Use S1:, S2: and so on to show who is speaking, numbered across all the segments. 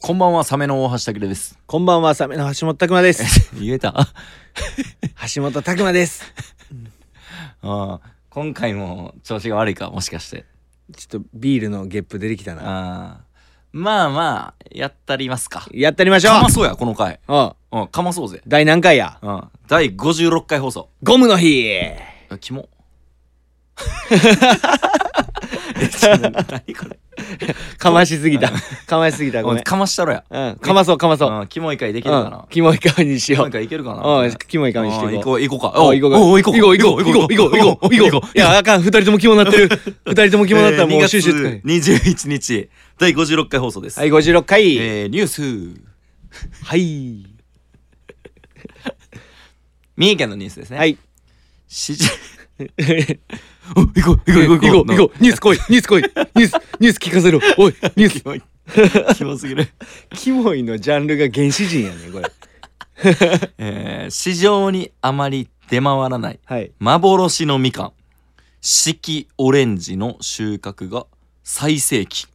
S1: こんばんは、サメの大橋拓也です。
S2: こんばんは、サメの橋本拓馬です。
S1: 言えたあ
S2: 橋本拓馬です。
S1: あ今回も調子が悪いか、もしかして。
S2: ちょっとビールのゲップ出てきたな。
S1: ああまあまあ、やったりますか。
S2: やってやりましょう
S1: かまそうや、この回。
S2: おう
S1: うん、かまそうぜ。
S2: 第何回や
S1: うん。第56回放送。
S2: ゴムの日
S1: あキモ。えちょっと何これ
S2: かましすぎた。 かましすぎた、ご
S1: う
S2: め
S1: ん
S2: ん。
S1: かましたろや。
S2: うん、かまそう、かまそう。
S1: うん、キモい回できるか
S2: うん
S1: な。、
S2: キモい顔にし
S1: キ
S2: よ。
S1: モいう回いけるか
S2: う、
S1: なん
S2: キモい顔にして
S1: うん
S2: い
S1: 行
S2: こう。
S1: こう、行こうか。
S2: お
S1: お
S2: う
S1: う
S2: 行こう
S1: おう行こ
S2: 行こ
S1: う
S2: う行こう行こう行こう行こう行こう行こういやあかん二人とも肝なって る二人とも肝なったらもう収集つかへ
S1: えー
S2: ん
S1: 2月21日、第56回放送です。
S2: はい56回、
S1: えー、ニュース。
S2: はい
S1: 三重県のニュースですね。
S2: は。い
S1: しじ、お行こう、行こう、行こう、
S2: 行こう行こうニュース来いニュース来いニュースニュース聞かせろおいニュース
S1: う。キモい。キモすぎる。
S2: キモいのジャンルが原始人やねこ れ
S1: えー、市場にあまり出回らない
S2: はい
S1: 幻のみかん。四季オレンジの収穫が最盛期。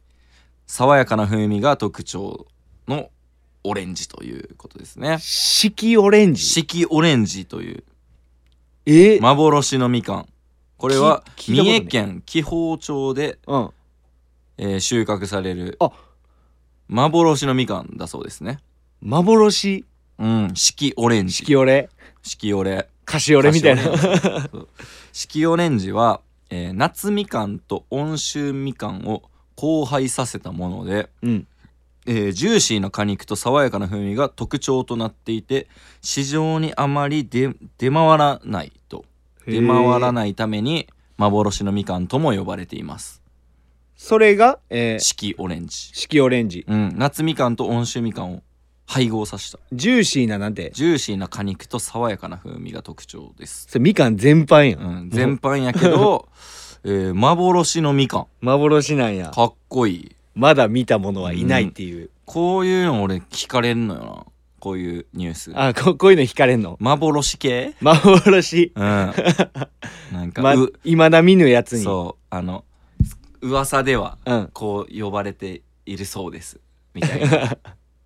S1: 爽やかな風味が特徴のオレンジということですね。
S2: 四季オレンジ
S1: 四季オレンジという
S2: え
S1: 幻のみかん。これは
S2: き聞い
S1: 三
S2: たことない
S1: 重県紀宝町で
S2: うん
S1: えー収穫される
S2: あ
S1: 幻のみかんだそうですね
S2: 幻
S1: うん四季オレン
S2: 四
S1: ジ
S2: 季オレ
S1: 四季オレ
S2: カシオレみたいな
S1: カシオレそう 四季オレンジは、えー夏みかんと温州みかんを交配させたもので、
S2: うん
S1: えージューシーな果肉と爽やかな風味が特徴となっていて市場にあまり出出回らないと出回ら
S2: い
S1: ないために幻のみかんとも呼ばれています
S2: それがえー
S1: 四季オレンジ、
S2: 四季オレンジ
S1: うん、夏みかんと温州みかんを配合させた
S2: ジューシーななんて
S1: ジューシーな果肉と爽やかな風味が特徴です。
S2: それみかん全般や
S1: うんん、全般やけど、 えー幻のみか
S2: 幻なんや
S1: ん。かっこいい。
S2: まだ見た者はいないっていう
S1: こういうの俺惹かれんのよな。こういうニュース。
S2: あここういうの惹かれんの
S1: 幻系
S2: 幻
S1: うん。なんか、
S2: ま
S1: う、
S2: 未だ見ぬやつに
S1: そう、あの、噂では、
S2: うん
S1: こう呼ばれているそうです。みたい な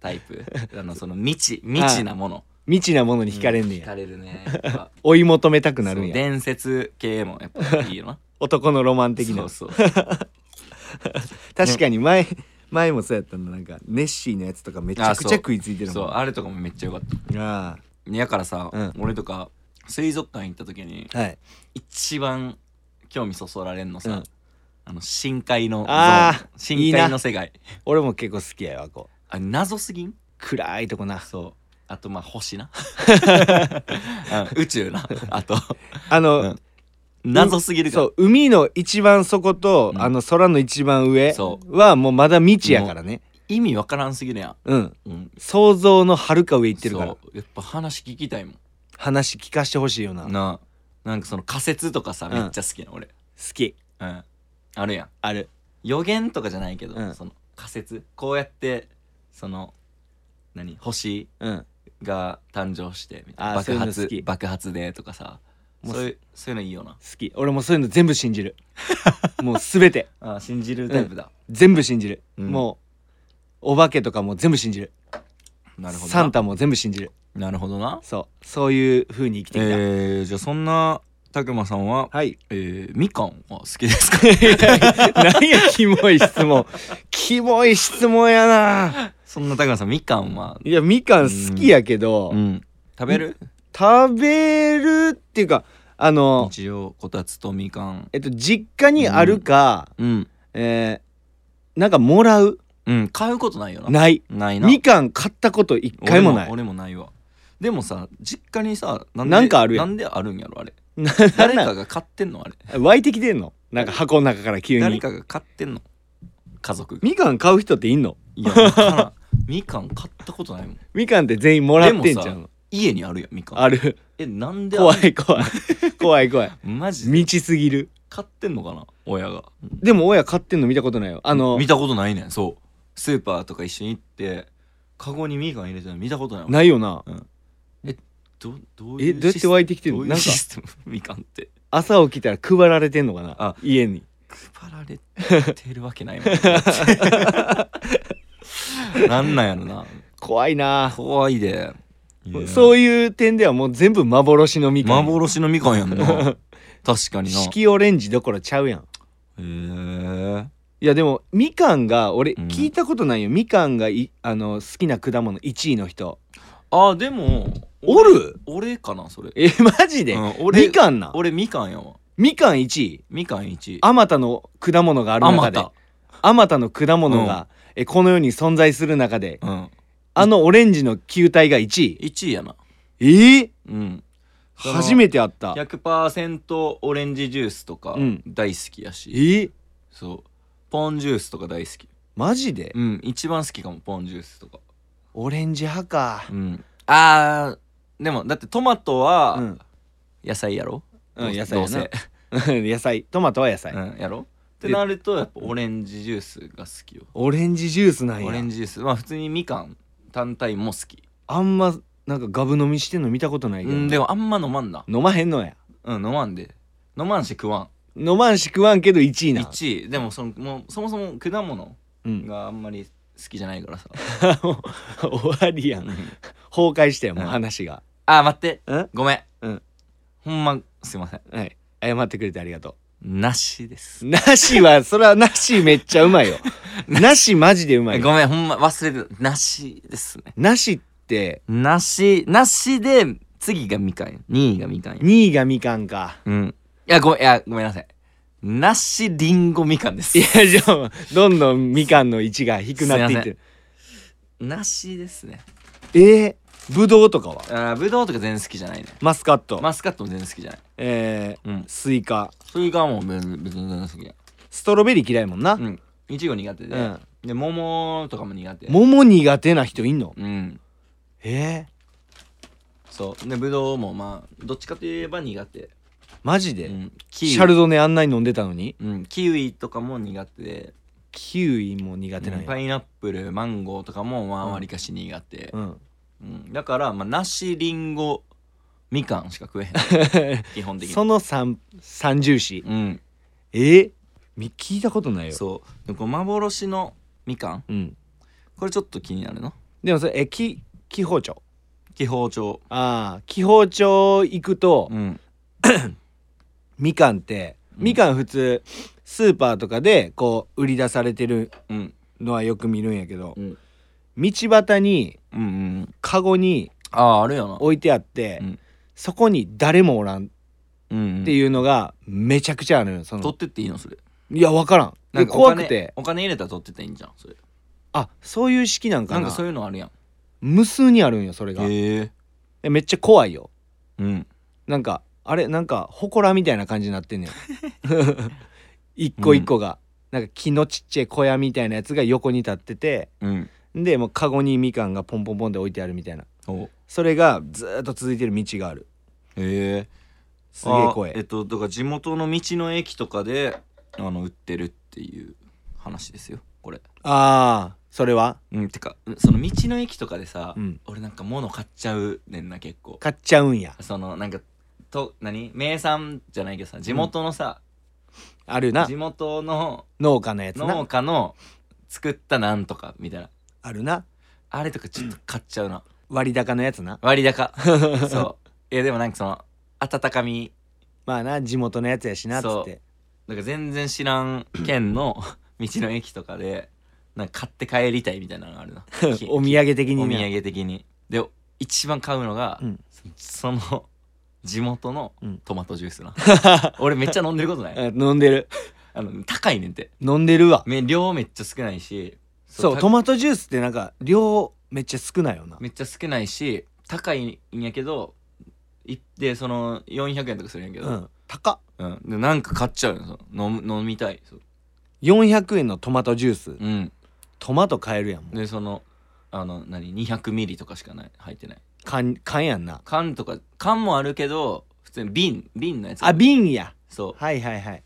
S1: タイプ。あの、その未知、未知なもの。
S2: 未知なものに惹かれんね
S1: 惹
S2: や
S1: かれる ね。やっぱ
S2: 追い求めたくな
S1: そ
S2: るん
S1: う
S2: や
S1: 伝説系もやっぱいい よな。
S2: 男のロマン的な
S1: そうそう。
S2: 確かに前前もそうやったのなんかネッシーのやつとかめちゃくちゃ食いついてる
S1: そ
S2: も
S1: うん
S2: あ
S1: あれとかもめっちゃ良かった
S2: あ
S1: やからさ、
S2: うん
S1: 俺とか水族館行った時に
S2: はい
S1: 一番興味そそられんのさ、
S2: うん
S1: あの深海のゾ
S2: あー
S1: ーン深海の世界
S2: 俺も結構好きやわこう
S1: あ謎すぎん
S2: 暗いとこな
S1: そうあとまあ星 なうん宇宙なあと
S2: あの、
S1: うん謎すぎるから
S2: そう海の一番底と、
S1: うん
S2: あの空の一番上
S1: そ
S2: はもうまだ未知やからね
S1: 意味わからんすぎるやん、
S2: うん
S1: うん、
S2: 想像のはるか上行ってるから
S1: そうやっぱ話聞きたいもん
S2: 話聞かしてほしいよな好
S1: なあなんかその仮説とかさ、
S2: うん
S1: めっちゃ好きな俺、
S2: き
S1: うん、あるやん
S2: ある
S1: 予言とかじゃないけど、
S2: うん
S1: その仮説こうやってその何星
S2: うん
S1: が誕生してみたいな
S2: あー
S1: 爆
S2: そういう
S1: 発
S2: の好き
S1: 爆発でとかさ
S2: もう
S1: そういうそういうのいいよな
S2: 好き俺もうそういうの全部信 じるもう全て
S1: あー信じるタイプだ、
S2: 全部信じる、
S1: うん
S2: もうお化けとかも全部信じる
S1: なるほどな
S2: サンタも全部信じる
S1: なるほどな
S2: そうそういう風に生きてきた、
S1: えー、じゃあそんなたくまさんは、
S2: はい
S1: えー、みかんは好きですか
S2: 何やキモい質問キモい質問やな
S1: そんなたくまさんみかんはい
S2: やみかん好きやけど、
S1: うん食べる
S2: 食べるっていうかあの
S1: 日常こたつとみかん
S2: えっと実家にあるか、
S1: うん
S2: えーなんかもらう
S1: うん買うことないよな
S2: ない
S1: ないな
S2: みかん買ったこと一回もない
S1: 俺も俺もないわでもさ実家にさな
S2: なんかあるやん
S1: なんであるんやろあれ
S2: な
S1: 誰
S2: ん
S1: か
S2: なん
S1: が買ってんのあれ
S2: 湧いてきてんのなんか箱の中から急
S1: 誰
S2: に
S1: かが買ってんの家族が
S2: みかん買う人っていんの
S1: いやわからんみかん買ったことないもん
S2: みかんって全員もらってんじゃん
S1: 家にあるやんみかん
S2: ある
S1: えなんである
S2: 怖い怖い怖い怖い
S1: マジで
S2: 道すぎる
S1: 買ってんのかな親が
S2: でも親買ってんの見たことないよあの
S1: 見たことないねんそうスーパーとか一緒に行ってカゴにみかん入れてるの見たことないもん
S2: ないよな
S1: どどうい
S2: え
S1: う
S2: どうやって湧いてきてん
S1: ど
S2: の
S1: うい
S2: な
S1: うん
S2: か
S1: システムみかんって
S2: 朝起きたら配られてんのかな
S1: あ
S2: 家に
S1: 配られてるわけないもんだってなんなんやろな
S2: 怖いな
S1: 怖いでいや
S2: そういう点ではもう全部幻のみかん
S1: 幻のみかんやんな確か にな
S2: 四季オレンジどころちゃうやん
S1: へえ
S2: いやでもみかんが俺
S1: うん
S2: 聞いたことないよ、みかんがいあの好きな果物1位の人
S1: あでも
S2: おる
S1: 俺かなそれ
S2: え マジで、
S1: うん
S2: みかんな
S1: 俺みかんやわ
S2: みかん1位
S1: みかん1
S2: あまたの果物がある
S1: あま
S2: 中で
S1: た
S2: あまたの果物が、えこの世に存在する中で
S1: うん
S2: あのオレンジの球体が1位
S1: 1位やな
S2: えー、
S1: うんその
S2: 初めて会った
S1: 100%オレンジジュースとか
S2: うん
S1: 大好きや
S2: え
S1: し、
S2: ー、
S1: そうポンジュースとか大好き
S2: マジで、
S1: うん一番好きかもポンジュースとか
S2: オレンジ派か
S1: うんあーでもだってトマト
S2: う
S1: は
S2: ん、
S1: 野菜やろ、
S2: うん、
S1: ど
S2: 野菜
S1: ど
S2: や
S1: うせ
S2: な 野菜トマトは野菜、
S1: うん、やろって
S2: で
S1: なるとやっぱオレンジジュースが好きよ
S2: オレンジジュースなんや
S1: オレンジジュースまあ普通にみかん単体も好き
S2: あんまなんかガブ飲みしてんの見たことな
S1: う
S2: いけど、
S1: んでもあんま飲まんな
S2: 飲まへんのや
S1: うん飲まんで飲まんし食わん
S2: 飲まんし食わんけど1位な
S1: 1位でもそのもうそもそも果物
S2: うん、
S1: があんまり好きじゃないからさ
S2: もう 終わりやん崩壊したよもう
S1: うん
S2: 話が、
S1: あー待って
S2: うん
S1: ごめん、
S2: うん
S1: ほんますいません
S2: はい謝ってくれてありがと
S1: なしです
S2: うなしはそれはなしめっちゃうまい よなしマジでうまいよ
S1: ごめんほんま忘れてたなしですね
S2: なしって
S1: なしなしで次がみかん2位がみかんや
S2: 2位がみかんか
S1: うんいやごめんいやごめんなさいなしりんごみかんです
S2: いやじゃあどんどんみかんの位置が低くなっていってる
S1: なしですね
S2: えー、ぶどうとかは
S1: あーぶどうとか全然好きじゃないね
S2: マスカット、
S1: マスカットも全然好きじゃない
S2: えー
S1: うん
S2: スイカ
S1: それがもう別に別に全然好きや
S2: ストロベリー嫌いもんな、
S1: うんいちご苦手で、
S2: うん
S1: で桃とかも苦手
S2: 桃苦手な人いんの
S1: うん
S2: え
S1: そうでぶどうもまあどっちかといえば苦手、
S2: ー、マジで、
S1: うん、キウイ
S2: シャルドネあんなに飲んでたのに
S1: うん、キウイとかも苦手で
S2: キウイも苦手なん
S1: うん
S2: や
S1: パイナップルマンゴーとかもまあ
S2: うん
S1: わりかし苦手
S2: う、ん
S1: うん、だからまあ梨りんごみかんしか食えへん 基本的に
S2: その三三重視
S1: うん
S2: えー、み聞いたことないよ
S1: そうでこの幻のみかん
S2: うん
S1: これちょっと気になるの
S2: でもそれえき紀宝町
S1: 気泡帳
S2: ああ紀宝町行くと、
S1: うん
S2: みかんって
S1: うん
S2: みかん普通スーパーとかでこう売り出されてる
S1: うん
S2: のはよく見るんやけど、
S1: うん
S2: 道端に
S1: うんうん
S2: カゴに
S1: あああるよな
S2: 置いてあって、
S1: うん
S2: そこに誰もおらん
S1: うんうん
S2: っていうのがめちゃくちゃあるよそ
S1: 取
S2: の
S1: ってっていいのそれ
S2: いや分からん
S1: なん
S2: で
S1: かお
S2: 怖
S1: 金
S2: くて
S1: お金入れたら取ってっていいんじゃんそれ
S2: あそういう式なんか
S1: な
S2: なん
S1: かそういうのあるやん
S2: 無数にあるんよそれが、
S1: へえ
S2: でめっちゃ怖いよ
S1: うん
S2: なんかあれなんか祠みたいな感じになって んねん一個一個が、なんか木のちっちゃい小屋みたいなやつが横に立ってて
S1: うん
S2: でもうカゴにみかんがポンポンポンで置いてあるみたいな
S1: おへ
S2: それがずーっと続いてる道がある
S1: え
S2: すげえ怖
S1: えっ
S2: い
S1: とだから地元の道の駅とかであの売ってるっていう話ですよこれ
S2: ああーそれは
S1: うんてかその道の駅とかでさ、
S2: うん
S1: 俺なんか物買っちゃうねんな結構
S2: 買っちゃうんや
S1: そのなんかと何名産じゃないけどさ地元のさ、
S2: あるな
S1: 地元の
S2: 農家のやつ
S1: 農
S2: な
S1: 家の作ったなんとかみたいな
S2: あるな
S1: あれとかちょっと買っちゃうな
S2: 割高のや つな
S1: 割高そういやでもなんかその温かみ
S2: まあな地元のやつやしなっつ
S1: そ
S2: っ
S1: う
S2: て
S1: なんか全然知らん県 の道の駅とかでなんか買って帰りたいみたいなのがあ るなき
S2: お土産的
S1: お
S2: に
S1: 土
S2: ね
S1: 産的にで一番買うのが、
S2: うん
S1: その地元の
S2: うん
S1: トマトジュースな、 俺めっちゃ飲んでることない
S2: え飲んでる
S1: あの高いねんって
S2: 飲んでるわ
S1: め量めっちゃ少ないし
S2: そう
S1: た
S2: トマトジュースってなんか量めっちゃ少ないよな
S1: めっちゃ少ないし高いんやけどいでその400円とかするんやけ
S2: う
S1: ど、
S2: ん高っ
S1: うんでなんか買っちゃうよその飲む飲みたいそう
S2: 400円のトマトジュース
S1: うん
S2: トマト買えるやんもう
S1: でそのあの何200ミリとかしかない入ってない
S2: 缶缶やんな
S1: 缶とか缶もあるけど普通に瓶瓶のやつが
S2: あ瓶や
S1: そ
S2: はいはいはい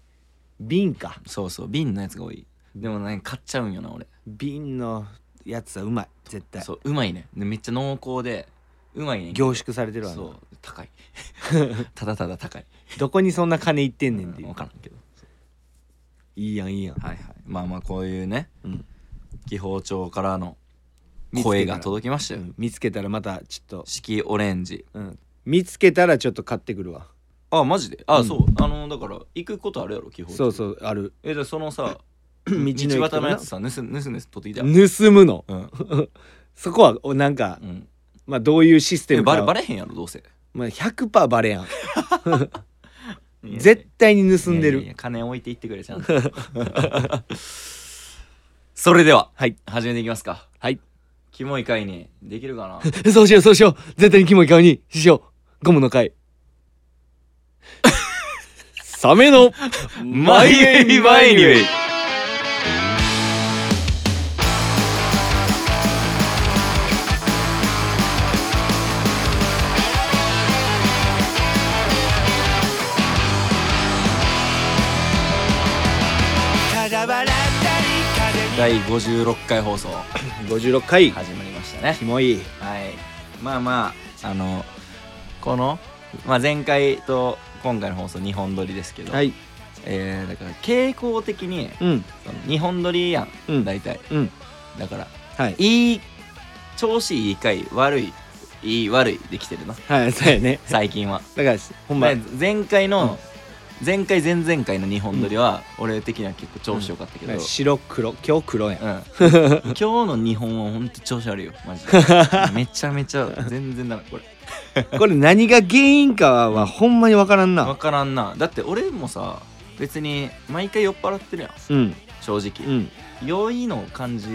S2: 瓶か
S1: うそうそう瓶のやつが多いでもね買っちゃうんよな俺
S2: 瓶のやつはうまい絶対
S1: そううまいねでめっちゃ濃厚でうまいね
S2: 凝縮されてるわな
S1: そう高 いただただ高い
S2: どこにそんな金いってんねんっていう
S1: 分からんけど
S2: いいやんいいやん
S1: はいはいまあまあこういうね
S2: うん
S1: 気泡町からの
S2: 見つけたら
S1: 声が届きましたよ
S2: うん見つけたらまたちょっと、
S1: 四季オレンジ
S2: うん、見つけたらちょっと買ってくるわ
S1: あマジであ、
S2: うん
S1: そうあのだから行くことあるやろ基本
S2: そうそうう ある
S1: えじゃあそのさ
S2: 道
S1: 道
S2: の駅と
S1: 端
S2: か
S1: のや
S2: な
S1: つさ盗ん盗んで取っていたやん
S2: 盗むの
S1: うん、
S2: そこはおなんか、
S1: うん、
S2: まあどういうシステ
S1: え
S2: ムか
S1: バレバレへんやろどうせ
S2: まあ、100%バレやん絶対に盗んでる
S1: いやいや金置いていってくれちゃんと それでは、
S2: はい、
S1: 始めていきますか
S2: はい
S1: キモい会にできる かな
S2: えそうしようそうしよう絶対にキモい顔にしようゴムの回サメの
S1: マイエイマイニュイ第56回放送
S2: 56回
S1: 始まりましたね
S2: キモい
S1: はいまあまああのこの、まあ、前回と今回の放送2本撮りですけど、
S2: はい
S1: えーだから傾向的に
S2: うん
S1: その2本撮りやん、
S2: うん
S1: 大体
S2: うん
S1: だから
S2: はい
S1: いい調子いい回悪いいい悪いできてるな
S2: はいそうやね
S1: 最近は、
S2: だからほんま
S1: ね前回の、前回前々回の2本撮りは、俺的には結構調子良かったけど、うん
S2: 白黒今日黒やん
S1: 今日の2本はほんと調子悪いよマジでめちゃめちゃ全然ダメこれ
S2: これ何が原因かはほんまにわからん
S1: 分
S2: な
S1: からんなだって俺もさ別に毎回酔っ払ってるやん
S2: うん
S1: 正
S2: う
S1: 直、
S2: ん
S1: 酔いの感じ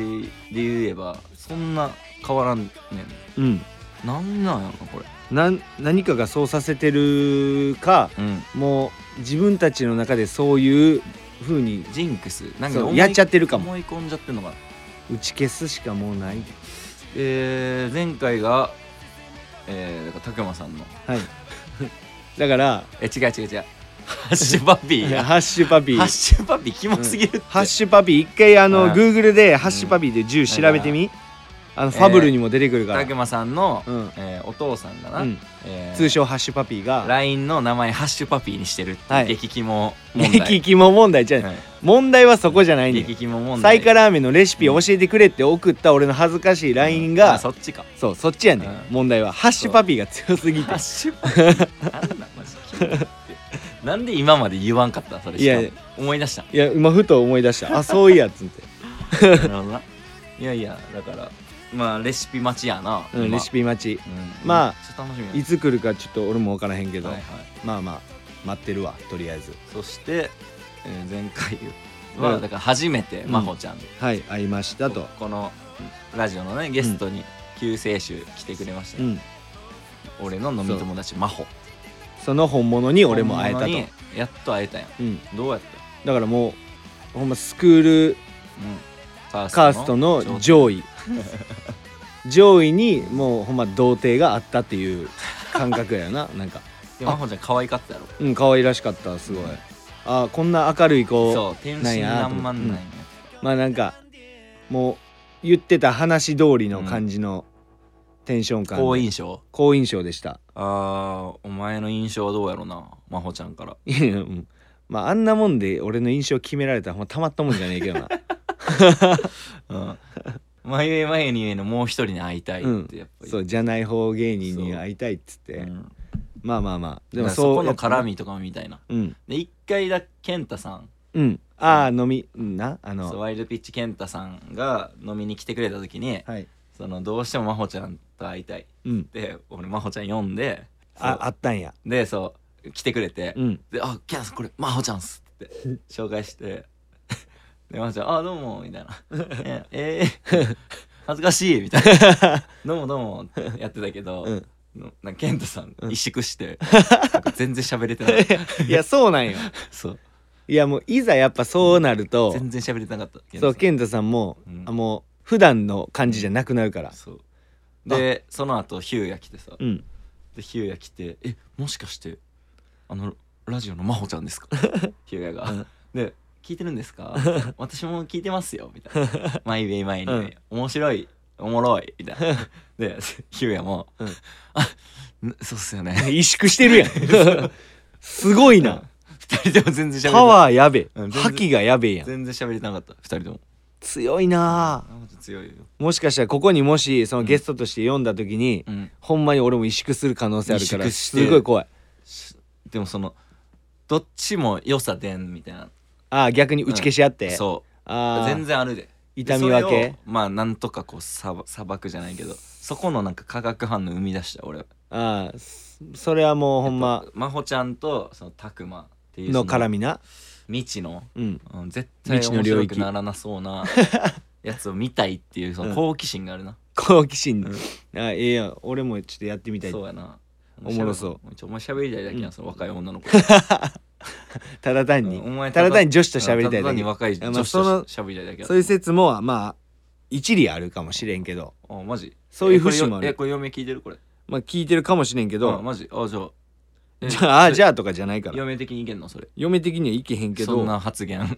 S1: で言えばそんな変わらんね
S2: うん
S1: んなんなんやろなこれ
S2: なん何かがそうさせてるか
S1: うん
S2: もう自分たちの中でそういう風に
S1: ジンクスなんか
S2: そう
S1: 思い
S2: やっちゃってるかも
S1: 思い込んじゃってんのかな
S2: 打ち消すしかもうない
S1: えー、前回がえー、だからたくまさんの
S2: はい だから
S1: え違う違う違う ハッシュパピーや
S2: ハッシュパピー
S1: ハッシュパピーキモすぎるって、
S2: うんハッシュパピー一回あの
S1: うん
S2: Google でハッシュパピーで銃調べてみ、あのファブルにも出てくるから、
S1: たくまさんの、
S2: うん
S1: えーお父さんがな、
S2: うん
S1: えー
S2: 通称ハッシュパピーが
S1: LINE の名前ハッシュパピーにしてるって
S2: はいいう
S1: 激キモ問題、
S2: 激キモ問題じゃない、
S1: はい
S2: 問題はそこじゃないね
S1: 激キモ問題
S2: サイカラーメンのレシピを教えてくれって送った俺の恥ずかしい LINE が、
S1: あそっちか
S2: そうそっちやね、
S1: うん
S2: ん、問題はハッシュパピーが強すぎて
S1: ハッシュパピーなんだ マジキモってなんで今まで言わんかったそれしかも
S2: いやい
S1: 思い出した
S2: いや今ふと思い出したあそういやっつって、
S1: なるほどないやいやだからまあレシピ待ちやな、
S2: うん、レシ
S1: ピ、
S2: ピ待ち
S1: うん、
S2: まあ
S1: めっちゃ楽しみやない
S2: つ来るかちょっと俺も分からへんけど、
S1: はいはい
S2: まあまあ待ってるわとりあえず
S1: そして、えー前回は、
S2: うん
S1: だから初めて
S2: うん
S1: 真帆ちゃん
S2: はい会いましたと
S1: ここのラジオのねゲストに救世主来てくれました
S2: う
S1: ね、
S2: ん
S1: 俺の飲み友達真帆
S2: その本物に俺も会えたと
S1: ほんまにやっと会えたやん
S2: うん、
S1: どうやって、
S2: だからもうほんまスクール
S1: うん、
S2: カーストの上 位上位にもうほんま童貞があったっていう感覚やななん か
S1: で真帆ちゃん可愛かったやろ
S2: うん可愛らしかったすごいあこんな明るい子
S1: そう天真爛漫なんや
S2: なんやまあなんかもう言ってた話通りの感じのテンション感で、
S1: 好印象
S2: 好印象でした
S1: あーお前の印象はどうやろな真帆ちゃんから
S2: いやいやうんまああんなもんで俺の印象決められたらほんまたまったもんじゃね えけどな
S1: うん眉毛眉にのもう一人に会いたいってやっぱり、
S2: そうじゃない方芸人に会いたいっつって、
S1: うん
S2: まあまあまあ
S1: で
S2: でも
S1: も
S2: そう
S1: そこの
S2: や
S1: 絡
S2: っ
S1: みとかもみたいな
S2: ぱうん
S1: で一回だ健太さん
S2: うんああ飲みうんなあ
S1: そう
S2: の
S1: ワイルドピッチ健太さんが飲みに来てくれた時に
S2: はい
S1: そのどうしても真帆ちゃんと会いたい
S2: うん
S1: で俺真帆ちゃん呼んで
S2: あ
S1: そう
S2: あったんや
S1: でそう来てくれて、
S2: うん
S1: で「あ健太さんこれ真帆ちゃんっす」って紹介してで真帆ちゃん「あどうも」みたい な「ええー恥ずかしい」みたいな「どうもどうも」ってやってたけど、
S2: うん
S1: のなんか健太さん
S2: うん
S1: 萎縮して なんか全然喋れてなかった
S2: いや そうなんよ
S1: そう
S2: いやもういざやっぱそうなる と
S1: 全然喋れてなかった
S2: そう
S1: 健
S2: 健太さんも、
S1: うん
S2: あもう普段の感じじゃなくなるから
S1: 太さんそうでその後ヒューヤ来てさ
S2: うん
S1: でヒューヤ来て「えもしかしてあのラジオの真帆ちゃんです か? 」ヒューヤが、
S2: うん
S1: で「聞いてるんです か私も聞いてますよ」みたいな「マイウェイマイに、
S2: うん
S1: 面白いおもろい」みたい なでヒューヤも「
S2: うん
S1: あんそうっすよね」
S2: 萎縮して るやんすごいな
S1: 2人とも全然喋れてな
S2: パ
S1: い
S2: ワーやべ
S1: うん全然
S2: 覇気がやべえやん
S1: 全然喋れてなかった2人とも
S2: 強いなあ
S1: マジ強いよ、
S2: もしかしたらここにもしそのゲストとして読んだ時に、
S1: うん、
S2: ほんまに俺も萎縮する可能性あるから
S1: 萎縮して
S2: すごい怖い
S1: しでもそのどっちも良さでんみたいな
S2: ああ逆に打ち消し合って、
S1: そう
S2: ああ
S1: 全然あるで
S2: 痛み分
S1: でそれ
S2: け
S1: をまあなんとかこうさばさばくじゃないけどそこのなんか化学反応生み出した俺は
S2: ああそそれはもうほんま
S1: 真帆ちゃんとその拓磨っていう
S2: の絡みな
S1: 未知の、
S2: うん
S1: うん、絶対
S2: 未知の
S1: 面
S2: 領
S1: 白
S2: 域
S1: くならなそう なやつを見たいっていうその好奇心があるな、
S2: 好奇心、
S1: うん
S2: ああええやん俺もちょっとやってみたい
S1: そうやな
S2: おもろそう
S1: うお前喋りたいだけやんその若い女の 子
S2: ただ単に、
S1: うんお前
S2: ただ単に女子と喋りた
S1: ただ
S2: いだ
S1: 単
S2: け
S1: に若い
S2: あ
S1: 女
S2: まあ
S1: 子と喋りたいだけや
S2: そういう説もまあ一理あるかもしれんけど
S1: あマジ
S2: そういう節も
S1: えこ
S2: ある
S1: れよえこれ嫁聞いてるこれ
S2: まあ聞いてるかもしれんけ
S1: どう
S2: ど
S1: マジあじゃあえ
S2: じゃあああじ
S1: ゃ
S2: ゃあとかじゃないから
S1: 嫁的にいけんのそれ
S2: 嫁的にはいけへんけど
S1: そんな発言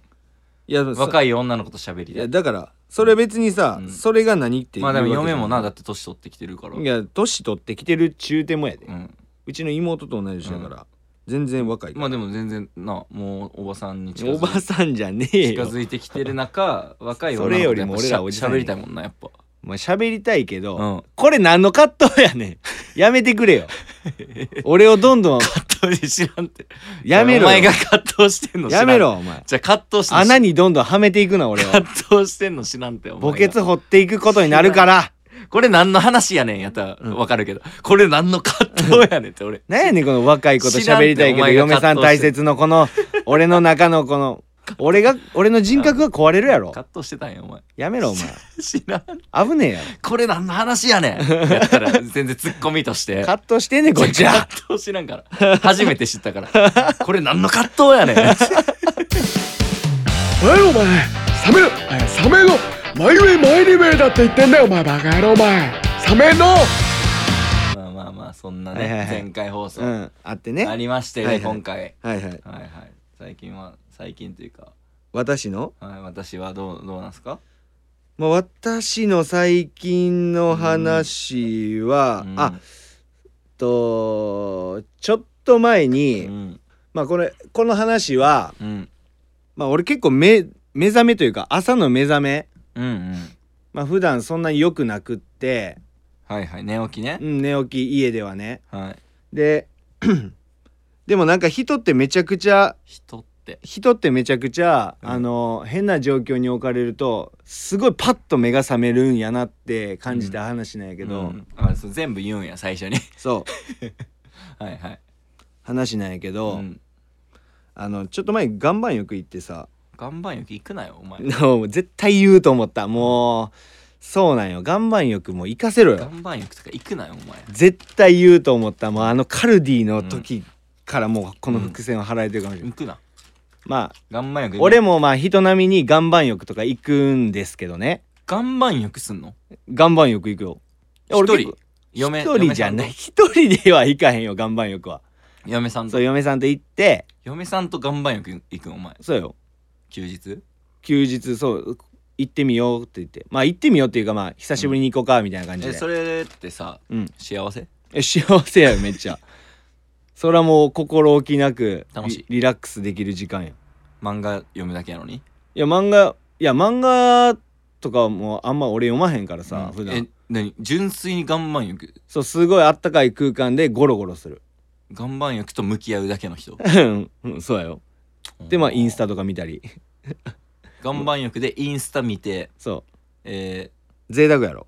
S2: いやい
S1: 若い女の子と喋り
S2: い
S1: た
S2: や
S1: い
S2: だからそれ別にさ、
S1: うん
S2: それが何っていう
S1: まあでも
S2: わけじ
S1: 嫁
S2: ゃい
S1: もなだって年取ってきてるから
S2: いや年取ってきてる中点もやで、
S1: う
S2: うんちの妹と同じ年だから、全然若い、
S1: まあでも全然なもうおばさんに近
S2: おば
S1: づい
S2: さんじゃねえ
S1: 近
S2: よ
S1: づいてきてる中若い女の子
S2: それよりも俺ら
S1: お
S2: お
S1: じ
S2: じ
S1: さ
S2: さ
S1: ん
S2: ん
S1: 喋
S2: や
S1: りたいもんなやっぱ
S2: まあ喋りたいけど、
S1: うん
S2: これ何の葛藤やねんやめてくれよ俺をどんどん
S1: 葛藤で知らんって
S2: やめろよ
S1: お前が葛藤してんの知らん
S2: やめろお前
S1: じゃあ葛藤してんの
S2: 穴にどんどんはめていくな俺は
S1: 葛藤してんの知らんってお前が
S2: 墓穴掘っていくことになるから
S1: これ何の話やねんやったらわかるけど、これ何の葛藤やねんって俺
S2: なんやねんこの若い子と喋りたいけど
S1: 知らんてお前が
S2: 嫁
S1: 葛藤して
S2: さん大切のこの俺の中のこの俺が俺の人格が壊れるやろ
S1: 葛藤してたんやお前
S2: やめろお
S1: 知らん
S2: 前危ねえやろ
S1: これ何の話やねん やったら全然ツッコミとして
S2: カットしてんねんこっちは
S1: 葛藤知らんから初めて知ったからこれ何の葛藤やねん
S3: おいお前サメのえサメのマイウェイマイリウェイだって言ってんだよお前バカ野郎お前サメの
S1: まあまあまあそんなね、
S2: はいはいはい
S1: 前回放送、
S2: うんあって
S1: あ
S2: ね
S1: りましてね、
S2: はいはい
S1: 今回
S2: はいはい
S1: はいはい最近は最近というか、
S2: 私の
S1: はい、私はどうどうなんすか
S2: まあ私の最近の話は
S1: うん
S2: あとちょっと前
S1: う
S2: に
S1: ん
S2: まあこれこの話は
S1: うん
S2: まあ俺結構目目覚めというか朝の目覚め
S1: うんうん
S2: まあ普段そんなによくなくって
S1: はいはい寝起きね
S2: う、ん寝起き家ではね
S1: はい
S2: で でもなんか人ってめちゃくちゃ
S1: 人って
S2: 人ってめちゃくちゃ、
S1: うん
S2: あの変な状況に置かれるとすごいパッと目が覚めるんやなって感じた話なんやけど、
S1: うんあそう全部言うんや最初に
S2: そう
S1: はいはい
S2: 話なんやけど、
S1: うん
S2: あのちょっと前岩盤浴行ってさ
S1: 岩盤浴行くなよお前
S2: もう絶対言うと思ったもうそうなんよ岩盤浴も行かせろ
S1: 岩
S2: よ
S1: 盤浴とか行くなよお前
S2: 絶対言うと思ったもうあのカルディの時からもうこの伏線を払えてるかもしれない、
S1: 行くな
S2: まあ
S1: 岩盤浴
S2: 俺もまあ人並みに岩盤浴とか行くんですけどね
S1: 岩盤浴すんの
S2: 岩盤浴行くよ
S1: 一
S2: 俺結
S1: 人
S2: 構
S1: 嫁
S2: 一人じゃない
S1: 嫁さん
S2: 一人では行かへんよ岩盤浴は
S1: と嫁さん
S2: そう
S1: と
S2: 嫁さんと行って
S1: 嫁さんと岩盤浴行くんお前
S2: そうよ
S1: 休日
S2: 休日そう行ってみようって言ってまあ行ってみようっていうかまあ久しぶりに行こうかみたいな感じ
S1: え
S2: で、
S1: それってさ
S2: うん、
S1: 幸せ
S2: え幸せやよめっちゃそらもう心置きなく
S1: 楽しい
S2: リリラックスできる時間やい
S1: 漫画読むだけやのに
S2: や漫画いや漫画とかもあんま俺読まへんからさ、
S1: うん
S2: 普
S1: え
S2: 段
S1: 何純粋に岩盤浴
S2: そうすごいあったかい空間でゴロゴロする
S1: 岩盤浴と向き合うだけの人
S2: うんうんそうやよでまあインスタとか見たり
S1: 岩盤浴でインスタ見て
S2: そ
S1: え
S2: う贅沢やろ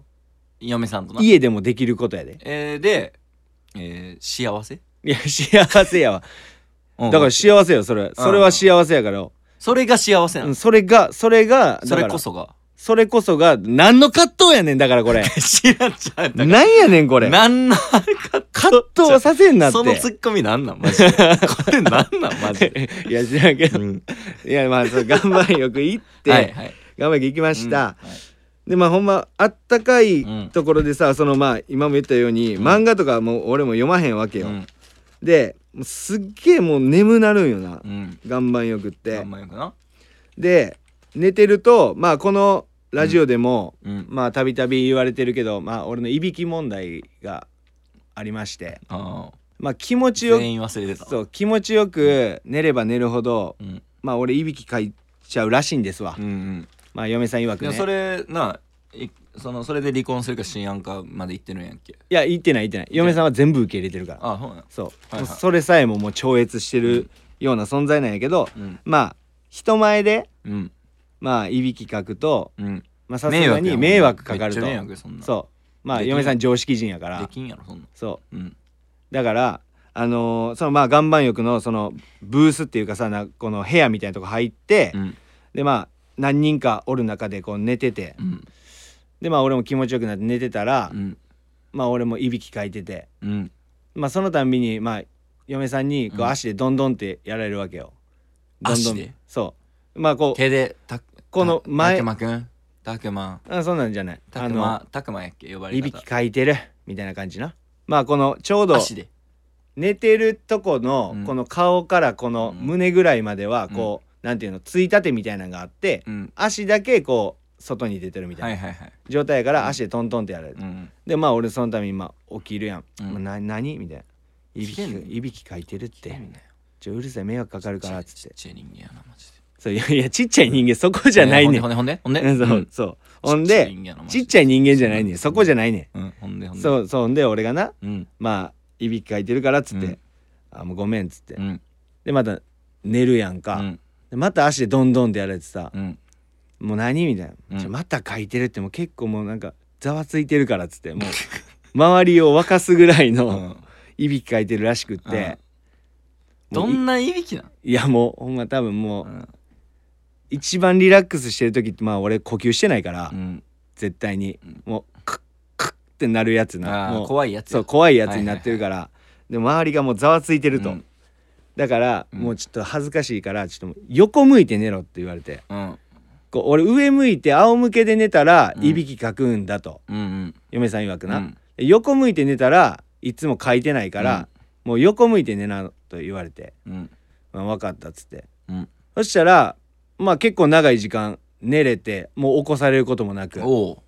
S1: ー嫁さんとな
S2: 家でもできることやで
S1: えーでえー幸せ
S2: いや幸せやわ
S1: だ
S2: だから幸せよそれそれは幸せやから
S1: それが幸せな
S2: う
S1: の
S2: んそれがそれがだ
S1: そ
S2: から
S1: れこそが
S2: それこそが何の葛藤やねんだからこれ
S1: 知らんちゃうんだか
S2: なんやねんこ
S1: ら
S2: れ
S1: 何の
S2: 葛藤させんなって
S1: そのツッコミなんなんマジでこれなんなんマジで
S2: いや知らんけど
S1: うん
S2: いやまあそう頑張りよく行っ
S1: はい
S2: て
S1: はい
S2: 頑張り行きま
S1: う
S2: し
S1: ん
S2: た
S1: はい
S2: でまあほんまあったかい
S1: うん
S2: ところでさそのまあ今も言ったように
S1: うん
S2: 漫画とかもう俺も読まへんわけ
S1: う
S2: よ
S1: ん
S2: でもうすっげえもう眠なるんよな
S1: うん
S2: 岩盤浴って
S1: 岩盤浴な
S2: で寝てるとまあこのラジオでも、
S1: うん
S2: まあたびたび言われてるけどまあ俺のいびき問題がありまして
S1: ああ
S2: まあ気持ちよ
S1: 全員忘れてた
S2: そう気持ちよく寝れば寝るほど
S1: うん
S2: まあ俺いびきかいちゃうらしいんですわ、
S1: うんうん
S2: まあ嫁さん曰く
S1: でも
S2: ね
S1: それないそのそれで離婚するか新案かまで行ってるんやんけ
S2: いや言ってない言ってない嫁さんは全部受け入れてるから
S1: あほうなん
S2: そう、
S1: はいはい
S2: もうそれさえももう超越してるような存在なんやけど、
S1: うん
S2: まあ人前で
S1: うん
S2: まあいびきかくと
S1: うん
S2: まあさすがに迷
S1: 迷
S2: 惑
S1: 惑
S2: か
S1: やもん
S2: かると
S1: めっちゃ迷惑そんなん
S2: そうまあ
S1: できん
S2: 嫁さん常識人やか
S1: で
S2: ら
S1: きんやろそんなん
S2: そう
S1: うん
S2: だからあのーそのまあ岩盤浴のそのブースっていうかさなこの部屋みたいなとこ入って、
S1: うん
S2: でまあ何人かおる中でこう寝てて
S1: うん
S2: でまあ俺も気持ちよくなって寝てたら、
S1: うん
S2: まあ俺もいびきかいてて
S1: うん
S2: まあそのたんびにまあ嫁さんにこう
S1: うん
S2: 足でどんどんってやられるわけよ、どんどん
S1: 足で
S2: そうまあこう
S1: 手でた
S2: この前
S1: たくまくんたくま
S2: あそんなんじゃない
S1: た
S2: あ
S1: く
S2: の
S1: またくまやっけ呼ばれ
S2: い
S1: 方
S2: びきかいてるみたいな感じなまあこのちょうど
S1: 足で
S2: 寝てるとこの
S1: うん
S2: この顔からこの
S1: うん
S2: 胸ぐらいまではこうなんていうのついたてみたいなのがあって
S1: うん
S2: 足だけこう外に出てるみた
S1: はいい
S2: な
S1: はいはい
S2: 状態やから足でトントンってやられる
S1: うん
S2: でまあ俺そのためにまあ起きるやん
S1: うん
S2: まあな何みたいないび
S1: 起きてんの
S2: きいびきかいてるっ
S1: ちっちゃ
S2: て
S1: いんだよ
S2: ちょうるさい迷惑かかるからっ
S1: ち
S2: つ
S1: ち
S2: っ
S1: ってちゃい人間やなマジで
S2: そういやいやちっちゃい人間そこじゃないねん
S1: ほんでほんでほんで
S2: う
S1: ほん
S2: ん
S1: で
S2: そうそうほんでちっちゃい人間じゃないねんそこじゃ
S1: ない
S2: ないね
S1: うんほんでほん
S2: ん
S1: で
S2: そううそうほんで俺がな
S1: うん
S2: まあいびきかいてるからっつって、
S1: うん
S2: あもうごめんっつって、
S1: うん
S2: でまた寝るやん
S1: う
S2: か、
S1: ん
S2: でまた足でどんどんってやられてさ
S1: う、ん
S2: もう何みたいな、
S1: うん
S2: ちょまたかいてるってもう結構もうなんかざわついてるからっつってもう 周りを沸かすぐらいうの
S1: ん
S2: いびきかいてるらしくって、
S1: ど
S2: もうい
S1: んないびきなん
S2: いやもうほんま多分もう、
S1: うん
S2: 一番リラックスしてる時ってまあ俺呼吸してないから、
S1: うん
S2: 絶対に、
S1: うん
S2: もうクックッってなるやつな
S1: あ
S2: も
S1: ー
S2: う
S1: 怖いやつ
S2: そう怖いやつになってるから、で周りがもうざわついてると、
S1: うん
S2: だから、
S1: うん
S2: もうちょっと恥ずかしいからちょっともう横向いて寝ろって言われて
S1: うん
S2: こう俺上向いて仰向けで寝たら、
S1: うん
S2: いびきかくんだと
S1: うんうん
S2: 嫁さん曰くな、
S1: うん
S2: で横向いて寝たらいつもかいてないから、もう横向いて寝なと言われて、
S1: うん
S2: まあ、分かったっつって、
S1: うん
S2: そしたらまあ結構長い時間寝れてもう起こされることもなく
S1: おお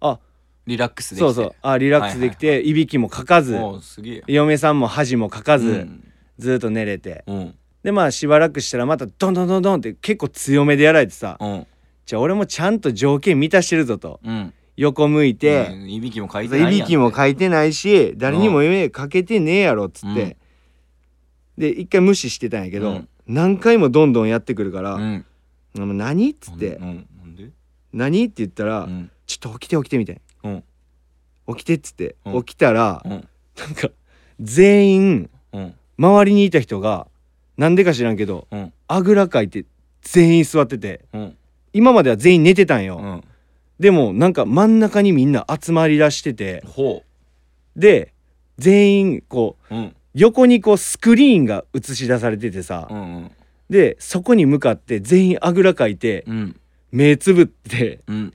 S2: あ
S1: リラックスできて
S2: そうそうあリラックスできて、いびきもかかず
S1: おおすげえ
S2: 嫁さんも恥もかかず、
S1: うん
S2: ずっと寝れて
S1: うん
S2: でまあしばらくしたらまたドンドンドンドンって結構強めでやられてさ
S1: うん
S2: じゃあ俺もちゃんと条件満たしてるぞと
S1: うん
S2: 横向い
S1: うん
S2: て、
S1: いびきもかいてない
S2: い
S1: やん
S2: びきもかいてないし誰にも迷惑かけてねえやろっつって、で一回無視してたんやけど、
S1: うん
S2: 何回もどんどんやってくるから「
S1: うん
S2: あの何?」っつって
S1: うんなんで
S2: 「何?」って言ったら、
S1: うん
S2: ちょっと起きて起きて」みたいな
S1: うん
S2: 起きて」っつって、
S1: うん
S2: 起きたら、
S1: うん
S2: なんか全員
S1: うん
S2: 周りにいた人がなんでか知らんけど
S1: うん
S2: あぐらかいて全員座ってて
S1: うん
S2: 今までは全員寝てたんよ、
S1: うん
S2: でもなんか真ん中にみんな集まりだしてて
S1: ほ
S2: で全員こう
S1: ううん
S2: 横にこうスクリーンが映し出されててさ、
S1: うんうん
S2: でそこに向かって全員あぐらかいて、
S1: うん
S2: 目つぶって
S1: うん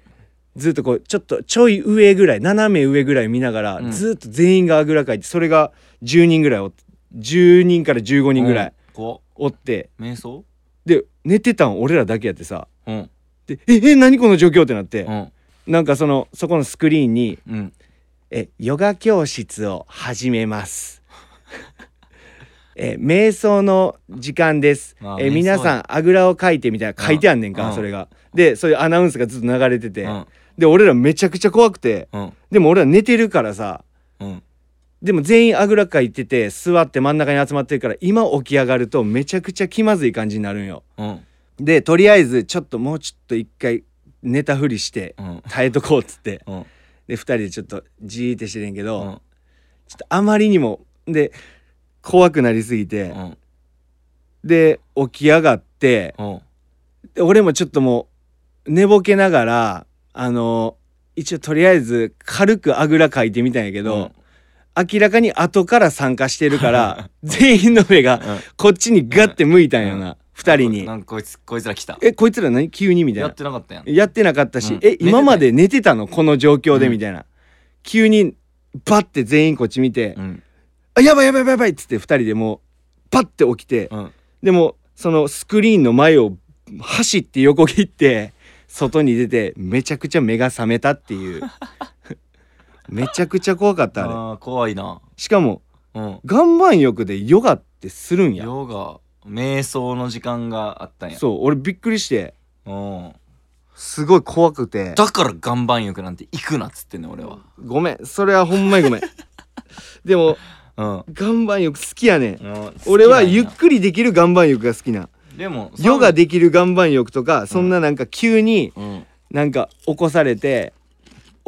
S2: ずっとこうちょっとちょい上ぐらい斜め上ぐらい見ながら、
S1: うん
S2: ずっと全員があぐらかいてそれが10人ぐらいおっ10人から15人ぐらい
S1: こ
S2: おって、
S1: う瞑想
S2: で寝てたん俺らだけやってさ
S1: うん
S2: で「ええ何この状況?」ってなって、
S1: うん
S2: なんかそのそこのスクリーンに
S1: うん
S2: 「えヨガ教室を始め ます」え「瞑想の時間です」
S1: あ
S2: え
S1: 瞑想
S2: 皆さんあぐらをかいて」みたいな書いてあんねんか、
S1: うん
S2: それが。でそういうアナウンスがずっと流れてて、
S1: うん
S2: で俺らめちゃくちゃ怖くて
S1: うん
S2: でも俺ら寝てるからさ
S1: うん
S2: でも全員あぐらかいてて座って真ん中に集まってるから今起き上がるとめちゃくちゃ気まずい感じになるんよ。
S1: うん
S2: でとりあえずちょっともうちょっと一回寝たふりして
S1: うん
S2: 耐えとこうっつって
S1: うん
S2: で2人でちょっとじーってしてるんやけど、
S1: うん
S2: ちょっとあまりにもで怖くなりすぎて、
S1: うん
S2: で起き上がって
S1: うん
S2: で俺もちょっともう寝ぼけながらあの一応とりあえず軽くあぐらかいてみたんやけど、明らかに後から参加してるから 全員の目が
S1: うん
S2: こっちにガッて向いたんや
S1: う
S2: な、二2人に
S1: なんかこいつこいつら来た
S2: 「えこいつら何急に?」みたい
S1: やっ
S2: な
S1: てなかったやん
S2: やってなかったし
S1: う
S2: 「
S1: ん寝
S2: え
S1: てたよ
S2: 今まで寝てたのこの状況で」
S1: うん
S2: みたいな、急にバッて全員こっち見て「
S1: うん
S2: あやばいやばいやばいやばい」っつって2人でもうパッて起きて、
S1: うん
S2: でもそのスクリーンの前を走って横切って外に出てめちゃくちゃ目が覚めたって いうめちゃくちゃ怖かったあれ
S1: あー怖いな
S2: しかも
S1: うん
S2: 岩盤浴でヨガってするんや
S1: ヨガ瞑想の時間があったんや
S2: そう俺びっくりして
S1: うん
S2: すごい怖くて
S1: だから岩盤浴なんて行くなっつってんねん俺は
S2: ごめんそれはほんまにごめん でも
S1: うん
S2: 岩盤浴好きやねん
S1: うん
S2: 俺はゆっ
S1: 好き
S2: くりできる岩盤浴が好きな
S1: なんやでも
S2: ヨガできる岩盤浴とかそんななんか急に
S1: うん
S2: なんか起こされて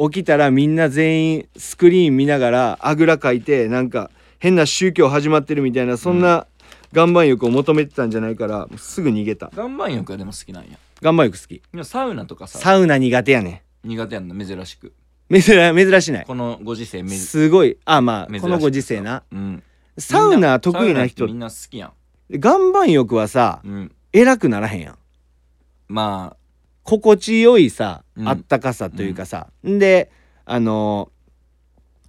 S2: 起きたらみんな全員スクリーン見ながらあぐらかいてなんか変な宗教始まってるみたいなそんな岩盤浴を求めてたんじゃないからもうすぐ逃げた
S1: 岩盤浴はでも好きなんや
S2: 岩盤浴好き
S1: でもサウナとかさ
S2: サウナ苦手やね
S1: 苦手やんの珍しく
S2: ん珍珍しない
S1: このご時世め
S2: すごいあま
S1: 珍し
S2: あ
S1: い
S2: このご時世な
S1: うん
S2: サウナ得意な
S1: サウナって
S2: 人
S1: みんな好きやん
S2: 岩盤浴はさ
S1: うん
S2: 偉くならへんやん
S1: ま
S2: 心地よいさ
S1: うん
S2: あったかさというかさ、ん、であのー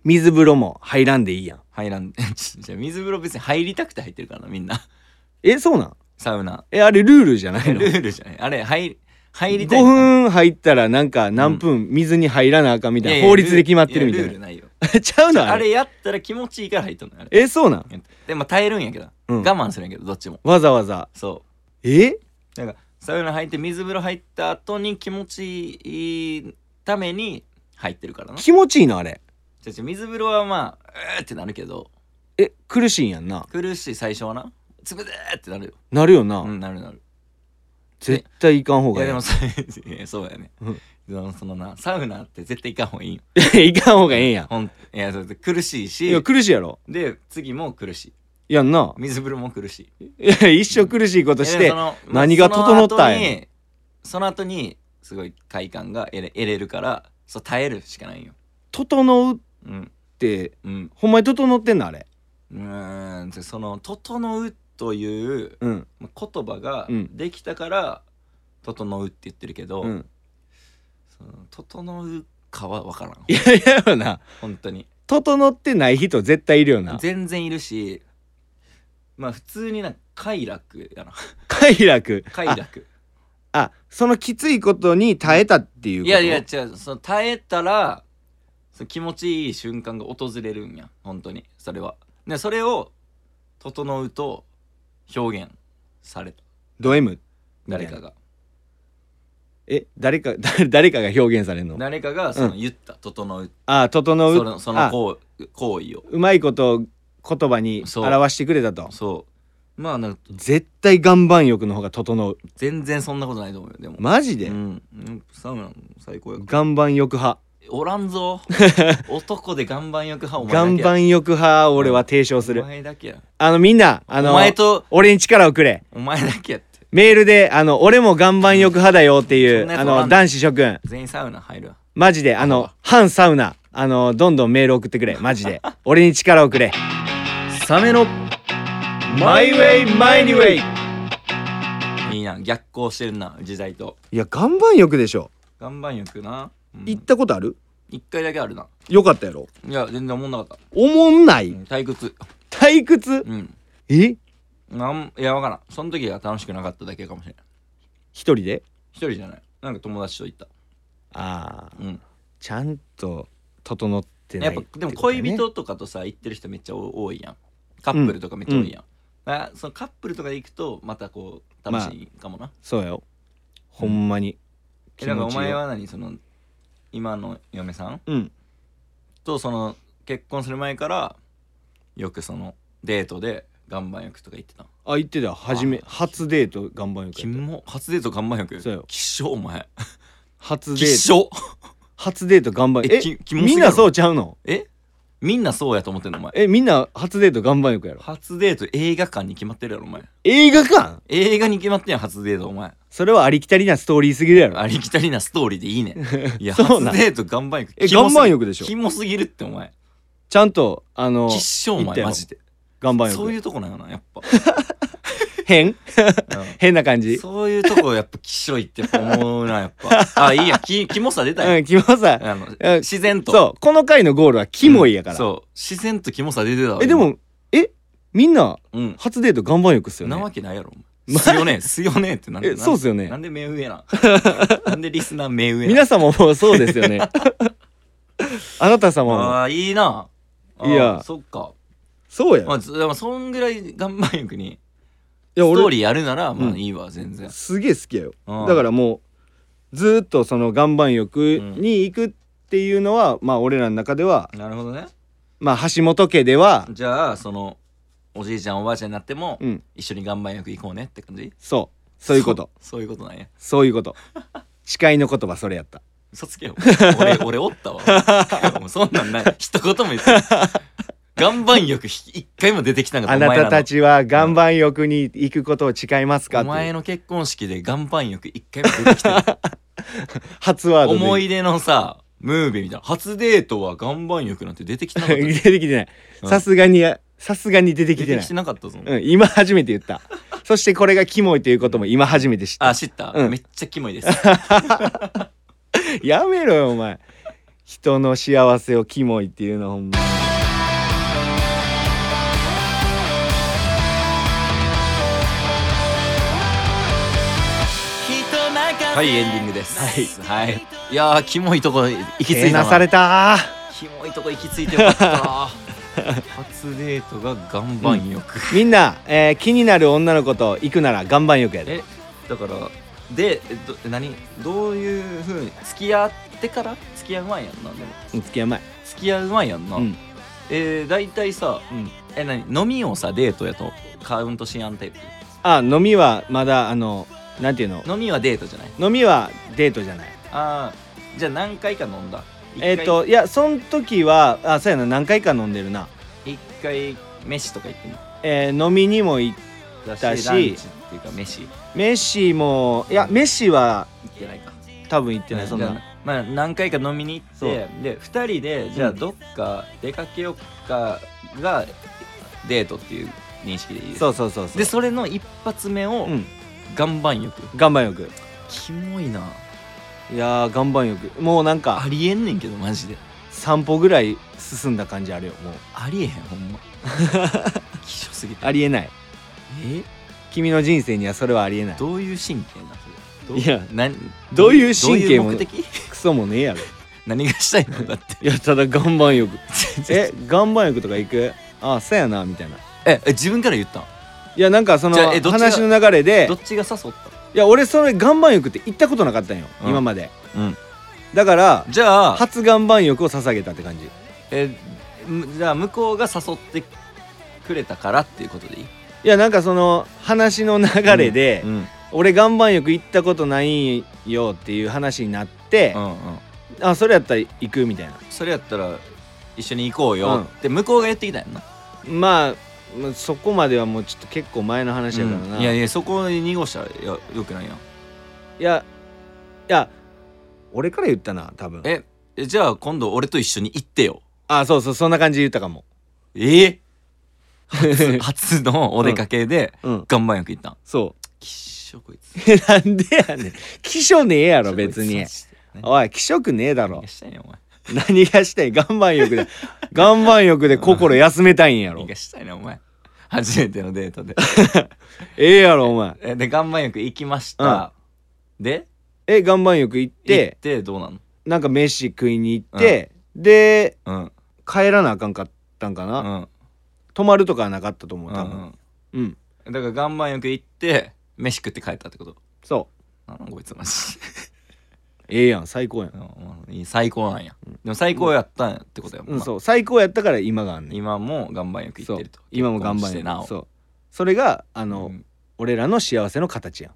S2: 水風呂も入らんでいいやん
S1: あ入らん じゃあ水風呂別に入りたくて入ってるからなみんな
S2: えそうなん
S1: サウナ
S2: えあれルールじゃない
S1: ル
S2: の
S1: ールじゃないあれ入 入り
S2: 5
S1: たい
S2: 分入ったらなんか何分水に入らなあかんみたいな、
S1: やや
S2: 法律で決まってるみたい
S1: や
S2: な
S1: ルールないよ
S2: ちゃうの
S1: あ
S2: あれ
S1: れやったら気持ちいいから入っとんのよあれ
S2: えそうなん、
S1: でも耐えるんやけど、
S2: うん、
S1: 我慢するんやけどどっちも
S2: わざわざ
S1: そ
S2: え
S1: うなんかサウナ入って水風呂入った後に気持ちいいために入ってるからな
S2: 気持ちいいのあれ
S1: じゃあ水風呂はまあうーってなるけど
S2: え苦しいんやんな
S1: 苦しい最初はなつぶでーってなるよ
S2: なるよな、
S1: うんなるなる
S2: 絶対いかんほう
S1: い
S2: が
S1: やで
S2: いい
S1: も
S2: い
S1: さいや そうやね、
S2: うん
S1: でもそのなサウナって絶対行かんほうがいいよ
S2: やいかんほうがええんや
S1: ほんいやそう苦しい
S2: んいや
S1: し
S2: 苦しいやろ
S1: で次も苦しい
S2: やんな
S1: 水風呂も苦しい
S2: いや一生苦しいことし
S1: いや
S2: て
S1: でもその
S2: 何が整ったんやね
S1: まあその後にその後にすごい快感が得れ得れるからそう耐えるしかないよ
S2: 整うっ
S1: うん
S2: て
S1: うん
S2: ほんまに整ってんのあれ
S1: うーんでその「整う」という
S2: うん
S1: まあ言葉が
S2: うん
S1: できたから「整う」って言ってるけど、
S2: うん
S1: その整うかは分からん
S2: いやいやよな
S1: 本当に
S2: 整ってない人絶対いるよな
S1: 全然いるしまあ普通になんか快楽やな
S2: 快楽
S1: 快
S2: あ
S1: 楽
S2: あそのきついことに耐えたっていうこと
S1: いやいや違うその耐えたらその気持ちいい瞬間が訪れるんや本当にそれはでそれを「整う」と表現された
S2: ド M
S1: 誰かが
S2: え誰か 誰誰かが表現されるの
S1: 誰かがその言った「整う」
S2: あ整
S1: そうのその
S2: あ
S1: 行為行為を
S2: うまいことを言葉に
S1: そう
S2: 表してくれたと
S1: そうまあなんか
S2: 絶対岩盤浴の方が整う
S1: 全然そんなことないと思うよでも
S2: マジで、
S1: うんうんサウナも最高や
S2: 岩盤浴派
S1: おらん ぞ男で岩盤浴派お前だ
S2: 岩
S1: けや
S2: 盤浴派を俺は提唱す
S1: お
S2: る
S1: 前だけや
S2: あのみんなあの
S1: お前と
S2: 俺に力をくれ
S1: お前だけやって
S2: メールであの俺も岩盤浴派だよってい
S1: そん
S2: う
S1: なやつ
S2: あ
S1: おらん
S2: の男子諸君
S1: 全員サウナ入るわ
S2: マジであの反サウナあのどんどんメール送ってくれマジで俺に力をくれ
S1: サメの
S2: マイウェイマイニウェイ
S1: いいな逆行してるな時代と
S2: いや岩盤浴でしょ
S1: 岩盤浴な、うん
S2: 行ったことある
S1: 一回だけあるな
S2: よかったやろ
S1: いや全然思んなかった
S2: おもんな
S1: う
S2: い
S1: ん退屈
S2: 退屈
S1: うん
S2: え
S1: なんいやわからんその時が楽しくなかっただけかもしれない
S2: 一人で
S1: 一人じゃないなんか友達と行った
S2: ああ
S1: うん
S2: ちゃんと整ってな
S1: や
S2: い
S1: っ
S2: って
S1: ぱ
S2: こと
S1: で
S2: ね
S1: も恋人とかとさ行ってる人めっちゃ多いやんカップルとかめっちゃ多いやん、あそのカップルとかで行くとまたこう楽しいかもな、
S2: そうよほんまに
S1: えなんかお
S2: いい
S1: 前
S2: よ
S1: は何その今の嫁さん
S2: うん
S1: とその結婚する前からよくそのデートで岩盤浴とか行ってた
S2: あ言ってた初め初デート岩盤浴や
S1: 君
S2: っ
S1: も初デート岩盤浴
S2: そうよ
S1: きっしょお前
S2: た初デ
S1: きっ
S2: ー
S1: し
S2: ト
S1: ょ
S2: 初デート岩盤
S1: え
S2: 浴
S1: きキモすぎ
S2: みん
S1: や
S2: な
S1: ろ
S2: そうちゃうの
S1: えみんなそうやと思ってんのお前
S2: えみんな初デート岩盤浴やろ
S1: 初デート映画館に決まってるやろお前
S2: 映画館
S1: 映画に決まってんやん初デートお 前
S2: それはありきたりなストーリーすぎるやろ
S1: ありきたりなストーリーでいい ねいや初
S2: そうなん
S1: デート岩盤浴
S2: え
S1: キモすぎ
S2: 岩盤浴でしょ
S1: キモすぎるってお前
S2: ちゃんとあの
S1: きっしょお
S2: 行っ
S1: 前
S2: たよ
S1: マジで
S2: 岩盤
S1: そうい
S2: 浴
S1: うとこなんやなやっ ぱ、
S2: 変
S1: うん
S2: 変な感じ
S1: そういうとこやっぱきっしょいって思うなやっ ぱあいいやきキモさ出た
S2: う
S1: よ、
S2: んキモさ
S1: あの
S2: うん
S1: 自然と
S2: そうこの回のゴールはキモいやから
S1: そう自然とキモさ出てたわ
S2: えでもえみんな
S1: 今うん
S2: 初デート岩盤浴っすよ
S1: な
S2: ね
S1: わけないや ろお前すよねすよねってなんで
S2: えそうっ
S1: す
S2: すよ
S1: な
S2: ね
S1: んで目上なん なんでリスナー目上
S2: 皆
S1: な
S2: 様もそうです よねあなた様も
S1: ああーいいなあー
S2: いや
S1: そっか
S2: そうや
S1: まあずでもそんぐらい岩盤浴に
S2: い
S1: ス
S2: や
S1: トー
S2: 俺
S1: リーやるならま
S2: う
S1: あ
S2: ん
S1: いいわ全然
S2: すげえ好きやよ
S1: うん
S2: だからもうずーっとその岩盤浴に行くっていうのは、まあ俺らの中では
S1: なるほどね
S2: まあ橋本家では
S1: じゃあそのおじいちゃんおばあちゃんになっても、
S2: うん
S1: 一緒に岩盤浴行こうねって感じ
S2: そうそういうこと
S1: そうそういうことなんや
S2: そういうこと誓いの言葉それやった
S1: 嘘つけよ 俺俺おったわもうそんなんない一言も言ってない岩盤浴ひ一回も出てきたんか
S2: あ
S1: ったお
S2: な
S1: 前ら
S2: た
S1: の
S2: たちは岩盤浴に行くことを誓いますか
S1: お
S2: っていう
S1: 前の結婚式で岩盤浴一回も出 てきてない
S2: 初ワードで
S1: 思い出のさムービーみたいな初デートは岩盤浴なんて出てきてなかった
S2: 出てきてない
S1: うん
S2: さすがにさすがに出てき
S1: 出
S2: て
S1: て
S2: な
S1: き
S2: い
S1: てなかったぞ、
S2: うん今初めて言ったそしてこれがキモいということも今初めて知った
S1: あ知った、
S2: うん
S1: めっちゃキモい です
S2: やめろよお前人の幸せをキモいっていうのはほんま
S1: はいエンディングですはい、い、やーキモいとこ行き着い
S2: け
S1: た
S2: な
S1: な
S2: された
S1: キモいとこ行き着いてよかっ た初デートが岩盤浴、
S2: みんな、えー気になる女の子と行くなら岩盤浴やで
S1: えだからでえど何どういうふうに付き合ってから付き合う前やんなでも
S2: うん付き合う前
S1: 付き合う前やんな、
S2: うん
S1: えー、大体さ
S2: うん
S1: え何飲みをさデートやとカウントしやんタイプ
S2: あ飲みはまだあのなんていうの
S1: 飲みはデートじゃない
S2: 飲みはデートじゃない
S1: あーじゃあ何回か飲んだ一回
S2: えっ、といやその時はあそうやな何回か飲んでるな、
S1: 一回飯とか行ってみ
S2: えー飲みにも行
S1: た
S2: だ
S1: し
S2: し
S1: ランチっていうか飯行
S2: メッシもいやメッシは
S1: ってないか
S2: 多分行ってないそん
S1: じゃ
S2: な
S1: あまあ何回か飲みに行
S2: そう
S1: ってで2人でじゃあ
S2: うん
S1: どっか出かけようかがデートっていう認識でいいです
S2: そうそうそうそう
S1: でそれの一発目を
S2: うん
S1: 岩盤浴
S2: 岩盤浴
S1: キモいない
S2: やー岩盤浴もうなん
S1: あ
S2: か
S1: りえんねんけどマジで
S2: 散歩ぐらい進んだ感じあるよもう
S1: ありえへんほ んま希少すぎて
S2: ありえない
S1: え
S2: 君の人生にはそれはありえない
S1: どういう神経なそれどう
S2: いや
S1: なん
S2: どういう神経も
S1: どういう目的
S2: クソもねえやろ
S1: 何がしたいのだって
S2: いやただ岩 盤浴え岩盤浴とか行くあそうやなみたいな
S1: ええ自分から言ったん
S2: いやなんかその
S1: じゃあえどっちが
S2: 話の流れで
S1: どっちが誘っ
S2: いや俺それ岩盤浴って行ったことなかったんよ、
S1: うん
S2: 今まで
S1: たうん
S2: だから
S1: じゃあ
S2: 初岩盤浴を捧げたって感じい
S1: えーむじゃあ向こうが誘ってくれたからっていうことでいい
S2: やなんかその話の流れで、
S1: うん
S2: 俺岩盤浴行ったことないよっていう話になって
S1: う、んうん
S2: あそれやったら行くみたいな
S1: それやったら一緒に行こうよって向こうが言ってきたんやんな、
S2: まあまあそこまではもうちょっと結構前の話やからな、
S1: うんいやいやそこに濁したらよよくないやん
S2: いやいや俺から言ったな多分
S1: ええじゃあ今度俺と一緒に行ってよ
S2: あそうそうそんな感じで言ったかも
S1: ええ初 初のお出かけで
S2: うん
S1: 岩盤浴行ったん
S2: そ
S1: きっしょこいつ
S2: うなんでやねん気性ねえやろ別に
S1: マジでね
S2: おい気色ねえだ
S1: 何
S2: ろ
S1: がしたいねんお前
S2: 何がしたい岩盤浴で岩盤浴で心休めたいんやろ
S1: 何がしたいねんお前初めてのデートで
S2: ええやろお前
S1: えで岩盤浴行きました、で
S2: え岩盤浴行っ
S1: 行っててどうなの
S2: なんか飯食いに行って、で
S1: うん
S2: 帰らなあかんかったんか
S1: う
S2: な、
S1: ん
S2: 泊まるとかはなかったと思う
S1: う
S2: 多
S1: ん
S2: 分
S1: うん
S2: うん、
S1: だから岩盤浴行って飯食って帰ったってこと
S2: そう
S1: あこいつマジ
S2: ええやん最高やん、
S1: うんいい最高なんやでも最高やったんやってことやも
S2: うんん
S1: な
S2: そう最高やったから今があんねん
S1: 今も岩盤浴行ってると
S2: そう今も頑
S1: 結
S2: 張
S1: 婚してなお
S2: そうそれがあの、
S1: うん
S2: 俺らの幸せの形やん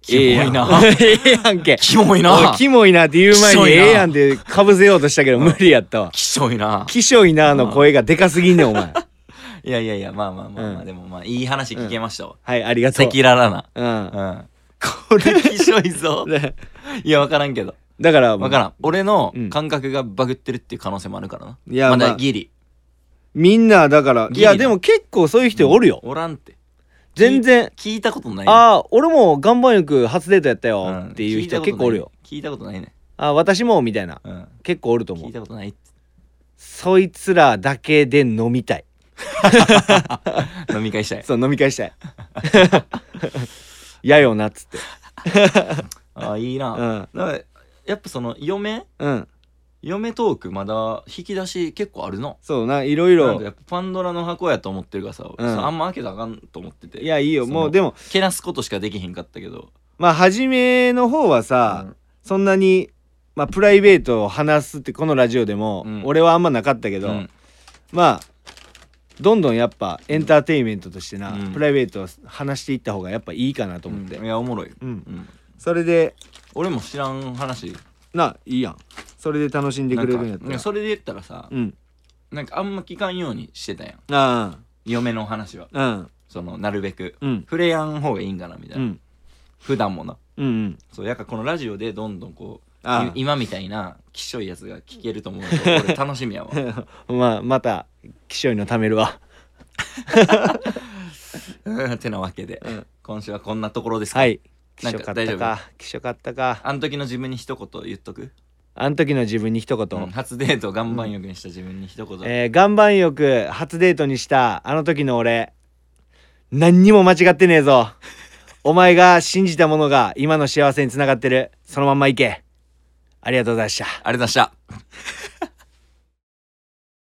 S1: キモ いな
S2: ええやんええや んけ
S1: キモい
S2: お
S1: ない
S2: キモいなって言う
S1: き
S2: 前
S1: しょ
S2: に
S1: いな
S2: ええやんでかぶせようとしたけど無理やったわ
S1: きしょいな
S2: きしょいなの声がでかすぎんねんお前
S1: いやいやいやまあまあまあまあ
S2: うん
S1: でもまあいい話聞けましたわ
S2: はいありがと う
S1: 赤裸々な
S2: うん
S1: うんこれきしょい ぞ
S2: で
S1: いや分からんけど
S2: だから
S1: 分からん俺の
S2: うん
S1: 感覚がバグってるっていう可能性もあるからない
S2: や
S1: まだ
S2: まあ
S1: ギリ
S2: みんなだからい
S1: ギリだ
S2: やでも結構そういう人おるよ
S1: おらんって
S2: 全然
S1: 聞いたことないあ
S2: ああ俺も岩盤浴初デートやったよっていう人結構おるよ
S1: 聞いたことないね
S2: あ私もみたいな
S1: うん
S2: 結構おると思
S1: 聞
S2: う
S1: いたことないって
S2: そいつらだけで飲みた い
S1: 飲み会 したい
S2: そう飲み会したいやよなっつって
S1: あーいい
S2: うん
S1: な、だからやっぱその嫁
S2: うん
S1: 嫁トークまだ引き出し結構あるな
S2: そうないろい
S1: なん
S2: ろ
S1: かやっぱパンドラの箱やと思ってるからさ、
S2: うん
S1: あんま開けたらあかんと思ってて
S2: いやいいよ
S1: その
S2: もうでも
S1: けなすことしかできへんかったけど
S2: まあ初めの方はさ、そんなに、まあ、プライベートを話すってこのラジオでも、
S1: うん
S2: 俺はあんまなかったけど、
S1: うん
S2: まあどんどんやっぱエンターテインメントとしてな、
S1: うん
S2: プライベートを話していった方がやっぱいいかなと思って、
S1: いやおもろい、
S2: うん
S1: うん、
S2: それで
S1: 俺も知らん話
S2: ないいやんそれで楽しんでくれるんや
S1: な
S2: った
S1: かい
S2: ら
S1: それで言ったらさ、
S2: うん
S1: なんかあんま聞かんようにしてたやん
S2: あ
S1: 嫁の話は
S2: あうん
S1: そのなるべく、
S2: うん
S1: 触れやん方がいいんかなみたいな、
S2: うん
S1: 普段もな
S2: うんうん
S1: そうやっぱこのラジオでどんどんこう
S2: ああ
S1: い今みたいなきしょいやつが聞けると思うと 俺楽しみやわ
S2: まあまた気象のためるわ
S1: うんてなわけで、今週はこんなところですか、
S2: はい気
S1: なん
S2: 象
S1: か
S2: かっ
S1: 大丈
S2: た
S1: 夫
S2: か気象かったか
S1: あの時の自分に一言言っとく、
S2: あん時の自分に一言、
S1: うん、初デートを岩盤浴にした自分に一言、
S2: えー、岩盤浴初デートにしたあの時の俺何にも間違ってねえぞお前が信じたものが今の幸せにつながってるそのまんまいけありがとうございました
S1: ありがとうございました